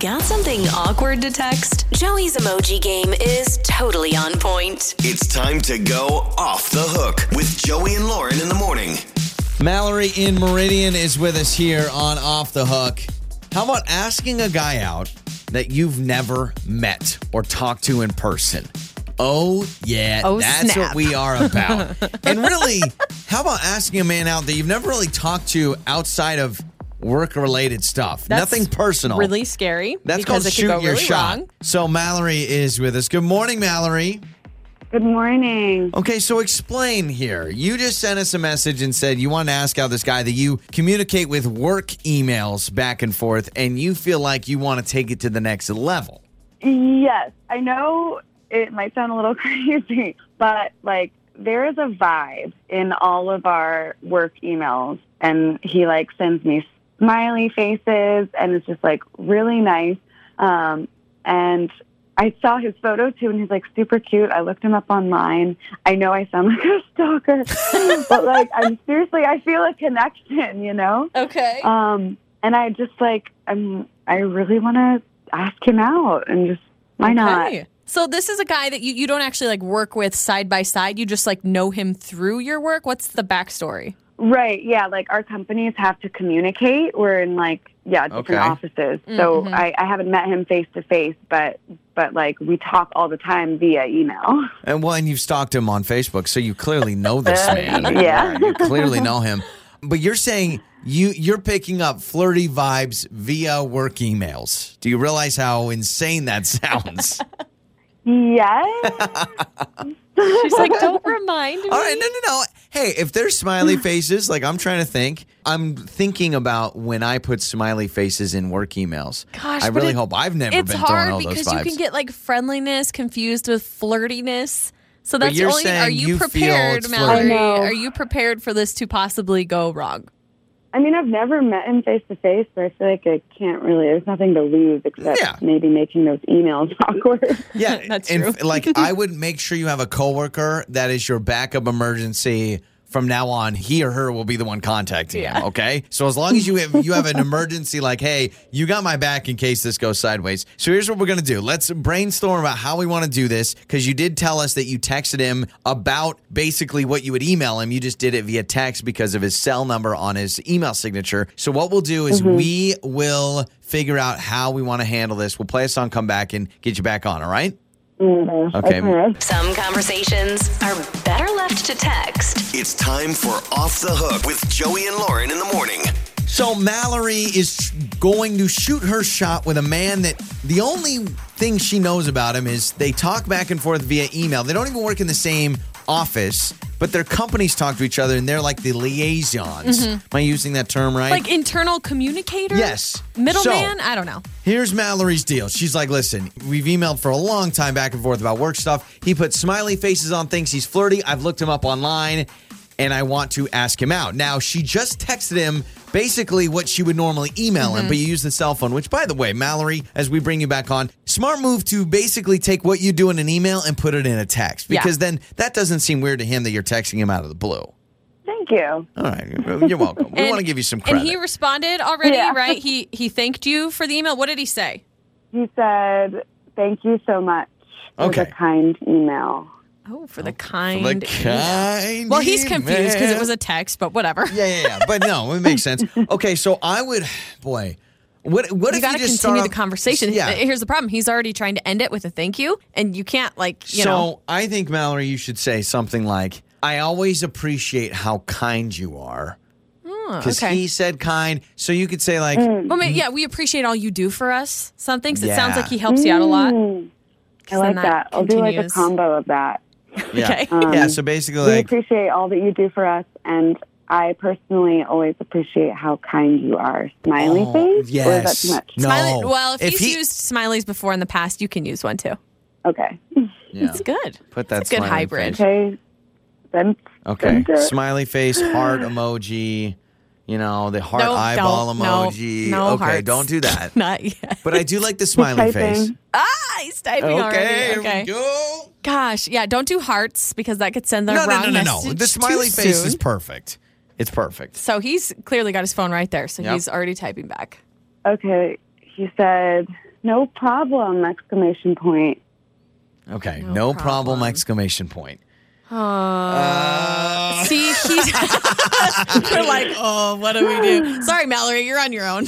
Got something awkward to text? Joey's emoji game is totally on point. It's time to go off the hook with Joey and Lauren in the morning. Mallory in Meridian is with us here on Off the Hook. How about asking a guy out that you've never met or talked to in person? Oh, yeah, Oh, that's snap. what we are about. and really, how about asking a man out that you've never really talked to outside of work related stuff? That's Nothing personal. Really scary. that's called because it could shoot go your really shot. wrong. So, Mallory is with us. Good morning, Mallory. Good morning. Okay, so explain here. You just sent us a message and said you want to ask out this guy that you communicate with work emails back and forth, and you feel like you want to take it to the next level. Yes, I know it might sound a little crazy, but like there is a vibe in all of our work emails and he like sends me smiley faces and it's just like really nice. Um, and I saw his photo too and he's like super cute. I looked him up online. I know I sound like a stalker, but like I'm seriously, I feel a connection, you know? Okay. Um, and I just like I'm I really want to ask him out and just why not? Okay. So this is a guy that you, you don't actually like work with side by side. You just like know him through your work. What's the backstory? Right? Yeah, like our companies have to communicate. We're in like yeah different Okay. Mm-hmm. offices, so Mhm. I, I haven't met him face to face, but but like we talk all the time via email. And well, and you've stalked him on Facebook, so you clearly know this Uh, man. yeah. you clearly know him. But you're saying you you're picking up flirty vibes via work emails. Do you realize how insane that sounds? Yes. She's like, don't remind me. All right, no, no, no. Hey, if there's smiley faces, like I'm trying to think, I'm thinking about when I put smiley faces in work emails. Gosh, I but really it- hope I've never It's been throwing all hard those because vibes. you can get like friendliness confused with flirtiness. So that's the you're only. thing. Are saying you, you feel it's prepared, flirty. Mallory? I know. Are you prepared for this to possibly go wrong? I mean, I've never met him face to face, but I feel like I can't really. There's nothing to lose except Yeah. maybe making those emails awkward. yeah, That's and true. f- like I would make sure you have a coworker that is your backup emergency. From now on, he or her will be the one contacting you. Okay, so as long as you have you have an emergency, like hey, you got my back in case this goes sideways. So here's what we're gonna do. Let's brainstorm about how we want to do this because you did tell us that you texted him about basically what you would email him. You just did it via text because of his cell number on his email signature. So what we'll do is we will figure out how we want to handle this. We'll play a song, come back, and get you back on. All right. Mhm. Okay. Some conversations are better left to text. It's time for Off the Hook with Joey and Lauren in the morning. So Mallory is going to shoot her shot with a man that the only thing she knows about him is they talk back and forth via email. They don't even work in the same office, but their companies talk to each other and they're like the liaisons. Am I using that term right? Like internal communicator? Yes. Middleman? So- I don't know. Here's Mallory's deal. She's like, listen, we've emailed for a long time back and forth about work stuff. He puts smiley faces on things. He's flirty. I've looked him up online and I want to ask him out. Now, she just texted him basically what she would normally email Mm-hmm. him, but you use the cell phone, which, by the way, Mallory, as we bring you back on, smart move to basically take what you do in an email and put it in a text Yeah. because then that doesn't seem weird to him that you're texting him out of the blue. Thank you. All right. You're welcome. we And- want to give you some credit. And he responded already, Yeah. right? He he thanked you for the email. What did he say? He said, "Thank you so much for Okay. the kind email." Oh, for the kind. the email. kind Well, he's confused because it man. was a text, but whatever. Yeah, yeah, yeah. But no, it makes sense. Okay, so I would, boy, what what if You you got to just start continue the off- conversation. Yeah. Here's the problem. He's already trying to end it with a thank you, and you can't, like, you so know. I think Mallory, you should say something like, "I always appreciate how kind you are," because Hmm, okay. he said kind. So you could say like, Mm, Well, ma- yeah, we appreciate all you do for us, something, 'cause it sounds Yeah. like he helps you out a lot. Mm, I 'cause like then that. that I'll do like a continues. combo of that. yeah, Okay. yeah. Um, So basically, we like, appreciate all that you do for us, and I personally always appreciate how kind you are. Smiley Oh, face? Or is that yes, too much? no. Smiley- well, if, he's he- used smileys before in the past, you can use one too. Okay. yeah. It's good. put that it's a good smiley hybrid. face. Okay. Then. Okay, then- smiley face, heart emoji. You know the heart No, eyeball don't. No, emoji. no okay, hearts. don't do that. Not yet. But I do like the smiley face. typing. Ah, he's typing Okay, already. here Okay. we go. Gosh, yeah. Don't do hearts because that could send the no, wrong no, no, no, no. message The smiley too face soon. is perfect. It's perfect. so he's clearly got his phone right there, so Yep. he's already typing back. Okay. he said, "No problem!" Exclamation point. Okay. No, problem. No problem. Exclamation point. Uh, See, he's we're like, oh, what do we do? Sorry, Mallory, you're on your own.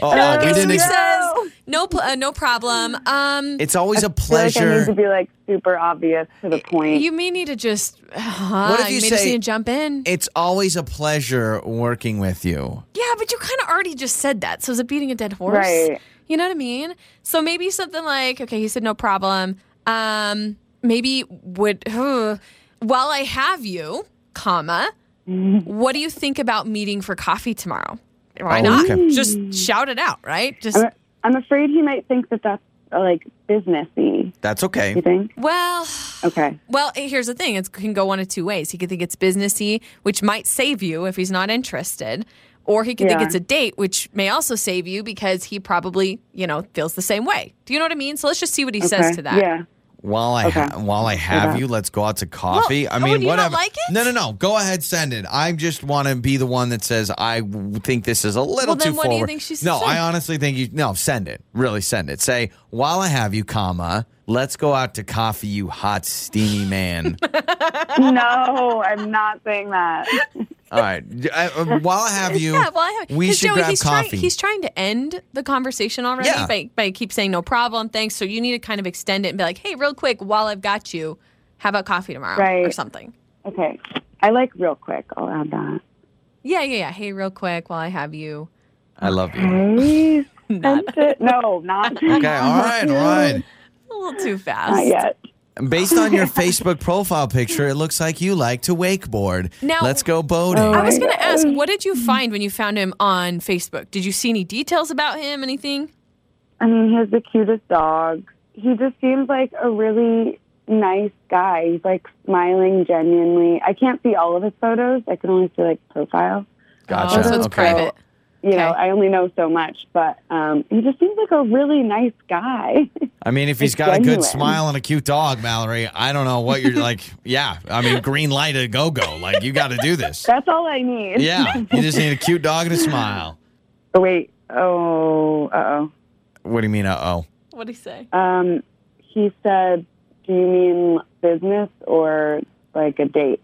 Oh, we didn't. He Ex- says, no, pl- uh, no problem. Um, it's always a I feel like I need to pleasure. be like super obvious to the point. you may need to just. Uh, What if you may just say- need to jump in? It's always a pleasure working with you. yeah, but you kind of already just said that. So is it beating a dead horse? Right. You know what I mean? So maybe something like, okay, he said no problem. Um, maybe would while I have you, comma, what do you think about meeting for coffee tomorrow? Why Oh, not? okay. Just shout it out, right? Just I'm, I'm afraid he might think that that's uh, like businessy. That's You okay. think? well, Okay. well. eh, Here's the thing: it can go one of two ways. He could think it's businessy, which might save you if he's not interested, or he could think Yeah. it's a date, which may also save you because he probably, you know, feels the same way. Do you know what I mean? So let's just see what he okay. says to that. Yeah. While I ha- Okay. while I have Okay. you, let's go out to coffee. Well, I oh, mean, you don't whatever. like it? No, no, no. Go ahead, send it. I just want to be the one that says I w- think this is a little Well, then too what do you forward. think she should no, say? I honestly think you no. Send it. Really, send it. Say while I have you, comma. Let's go out to coffee, you hot steamy man. No, I'm not saying that. All right. I, uh, while I have you, Yeah, well, I have, we 'cause should Joey, grab he's coffee. Trying, he's trying to end the conversation already Yeah. by, by keep saying no problem, thanks. So you need to kind of extend it and be like, hey, real quick, while I've got you, how about coffee tomorrow or Right. something? Okay. I like real quick. I'll add that. Yeah, yeah, yeah. Hey, real quick, while I have you. I love you. Please. That's it. No, not. Okay. All right. All right. A little Uh, too fast. Not yet. Based on your Facebook profile picture, it looks like you like to wakeboard. Now- Let's go boating. I was going to ask, what did you find when you found him on Facebook? Did you see any details about him? Anything? I mean, he has the cutest dog. He just seems like a really nice guy. He's like smiling genuinely. I can't see all of his photos. I can only see like profile. Gotcha. Oh, so it's okay. private. You know, Okay. I only know so much, but um, he just seems like a really nice guy. I mean, if he's It's got a good genuine. smile and a cute dog, Mallory, I don't know what you're like. Yeah. I mean, green light a go go. Like, you got to do this. That's all I need. Yeah. You just need a cute dog and a smile. Oh, wait. Oh, uh What do you mean, uh oh? What would he say? oh. Um, he said, Do you mean business or like a date?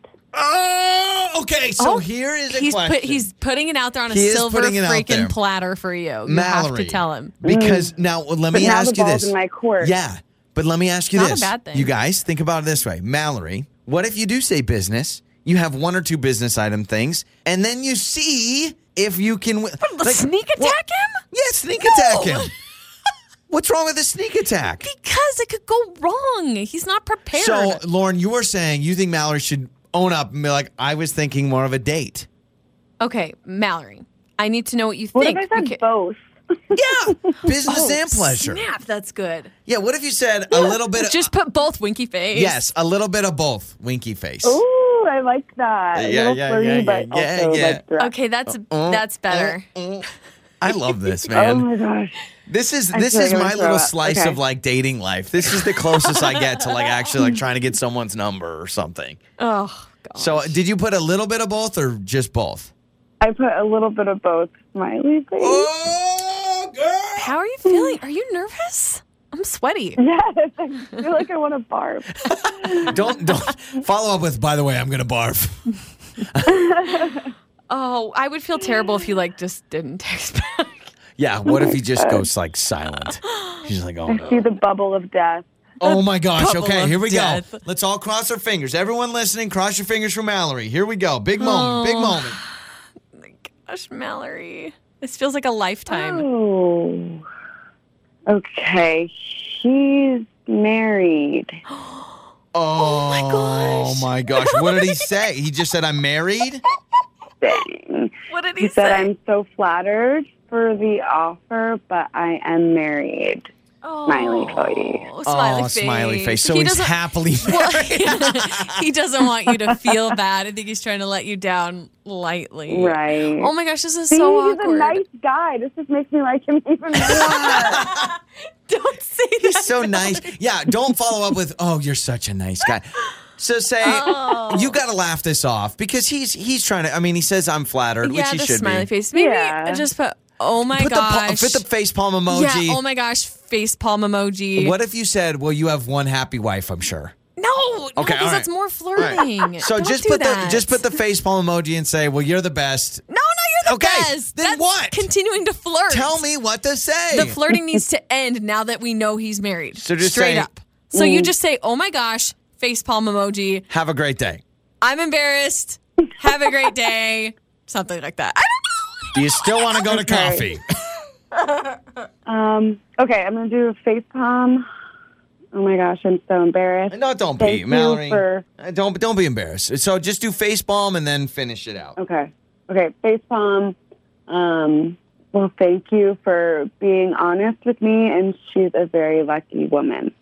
Oh, okay. So Oh, here is a he's question. he's putting it out there on a He is silver putting it out there. freaking platter for you. You have Mallory, to tell him. Mm. Because now well, let But me now ask the you ball's this. in my court. Yeah, but let me ask you Not a this. bad thing. You guys think about it this way, Mallory. What if you do say business? You have one or two business item things, and then you see if you can win. sneak attack him? Yeah, sneak attack him. What's wrong with a sneak attack? Because it could go wrong. He's not prepared. So, Lauren, you were saying you think Mallory should own up and be like, "I was thinking more of a date." okay, Mallory, I need to know what you What think. if I said beca- both? Yeah, business Oh, and pleasure. Snap, that's good. Yeah, what if you said a little bit? Of, Just put both winky face. yes, a little bit of both. Winky face. Ooh, I like that. Yeah, a little yeah, flirty, yeah, yeah, but yeah, also yeah. like direct. Okay, that's Uh-huh. that's better. Uh, I love this, Oh man. my gosh. This is I this feel is like I'm my gonna little throw up. slice Okay. of like dating life. This is the closest I get to like actually like trying to get someone's number or something. Uh-huh. Oh god. So, did you put a little bit of both or just both? I put a little bit of both smiley face. Oh, girl. How are you feeling? Are you nervous? I'm sweaty. Yes, I feel like I want to barf. Don't don't follow up with by the way, I'm going to barf. Oh, I would feel terrible if you like just didn't text back. Yeah, what if he just goes like silent? He's like, "Oh See no." the bubble of death. Oh my gosh. Bubble Okay, of here we death. go. Let's all cross our fingers. Everyone listening, cross your fingers for Mallory. Here we go. Big moment. Big Oh. moment. Gosh, Mallory. This feels like a lifetime. Oh. Okay, he's married. Oh, my gosh. my gosh. What did he say? He just said, I'm married? Dang. What did he, He said, I'm so flattered for the offer, but I am married. Smiley Cody. Oh, smiley oh, face. smiley face. So he he's doesn't. happily well, he doesn't want you to feel bad. I think he's trying to let you down lightly. Right. Oh my gosh, this is See, so he's awkward. a nice guy. This just makes me like him even more. Don't say that. He's so nice. Yeah, don't follow up with, "Oh, you're such a nice guy." So say Oh. you got to laugh this off because he's he's trying to. I mean, he says I'm flattered, yeah, which he the should smiley be. face. Maybe Yeah. just put Oh my Put the pa- gosh. fit the face palm emoji. Yeah. Oh my gosh. Face palm emoji. What if you said, "Well, you have one happy wife, I'm sure." No. no, Okay, all Because right. that's more flirting. Right. So Don't just do put that. the just put the face palm emoji and say, "Well, you're the best." No, no, you're the Okay, best. then That's what? Continuing to flirt. Tell me what to say. The flirting needs to end now that we know he's married. So just straight say- up. So you just say, "Oh my gosh," face palm emoji. have a great day. I'm embarrassed. Have a great day. Something like that. I Do you still want to go to coffee? Um, okay, I'm gonna do facepalm. Oh my gosh, I'm so embarrassed. No, don't Thank be, you Mallory. for- Uh, Don't don't be embarrassed. So just do face palm and then finish it out. Okay, okay, facepalm. Um, well, thank you for being honest with me, and she's a very lucky woman.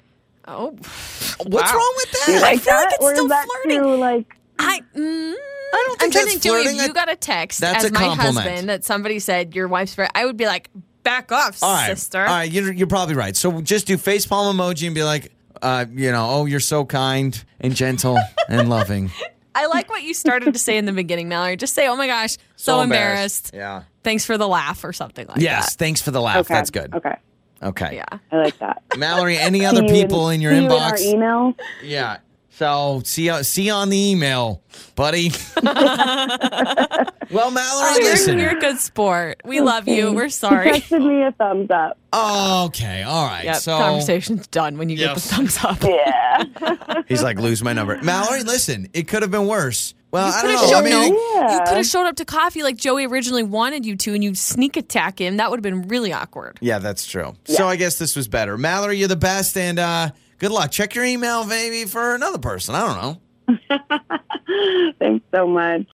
don't know. Oh, What's Wow. wrong with Do you that? I like feel like that, it's or still is that flirting. Too, like, I. Mm, I don't think am trying that's to think, Joey, flirting. if you got a text That's as a my compliment. husband that somebody said your wife's very, I would be like, back off, All right, sister. all right, you're, you're probably right. So just do face palm emoji and be like, uh, you know, oh, you're so kind and gentle and loving. I like what you started to say in the beginning, Mallory. Just say, "Oh my gosh, so, embarrassed. Yeah. Thanks for the laugh or something like Yes. that." Thanks for the laugh. okay, That's good. Okay, Okay. Yeah. I like that. Mallory, any other See you in- people in your see you inbox? in our e- email. Yeah. So see you- see you on the email, buddy. well, Mallory, You're- listen. You're a good sport. We love you. We're sorry. Texted me a thumbs up. Oh, okay. All right. Yep, so conversation's done when you get the Yes. thumbs up. Yeah. he's like, lose my number. Mallory, listen. It could have been worse. Well, I coulda don't know. I shown mean, no- You Yeah. could have showed up to coffee like Joey originally wanted you to, and you sneak attack him. That would have been really awkward. yeah, that's true. So I guess this was better. Mallory, you're the best, and uh, good luck. Check your email, baby, for another person. I don't know. Thanks so much.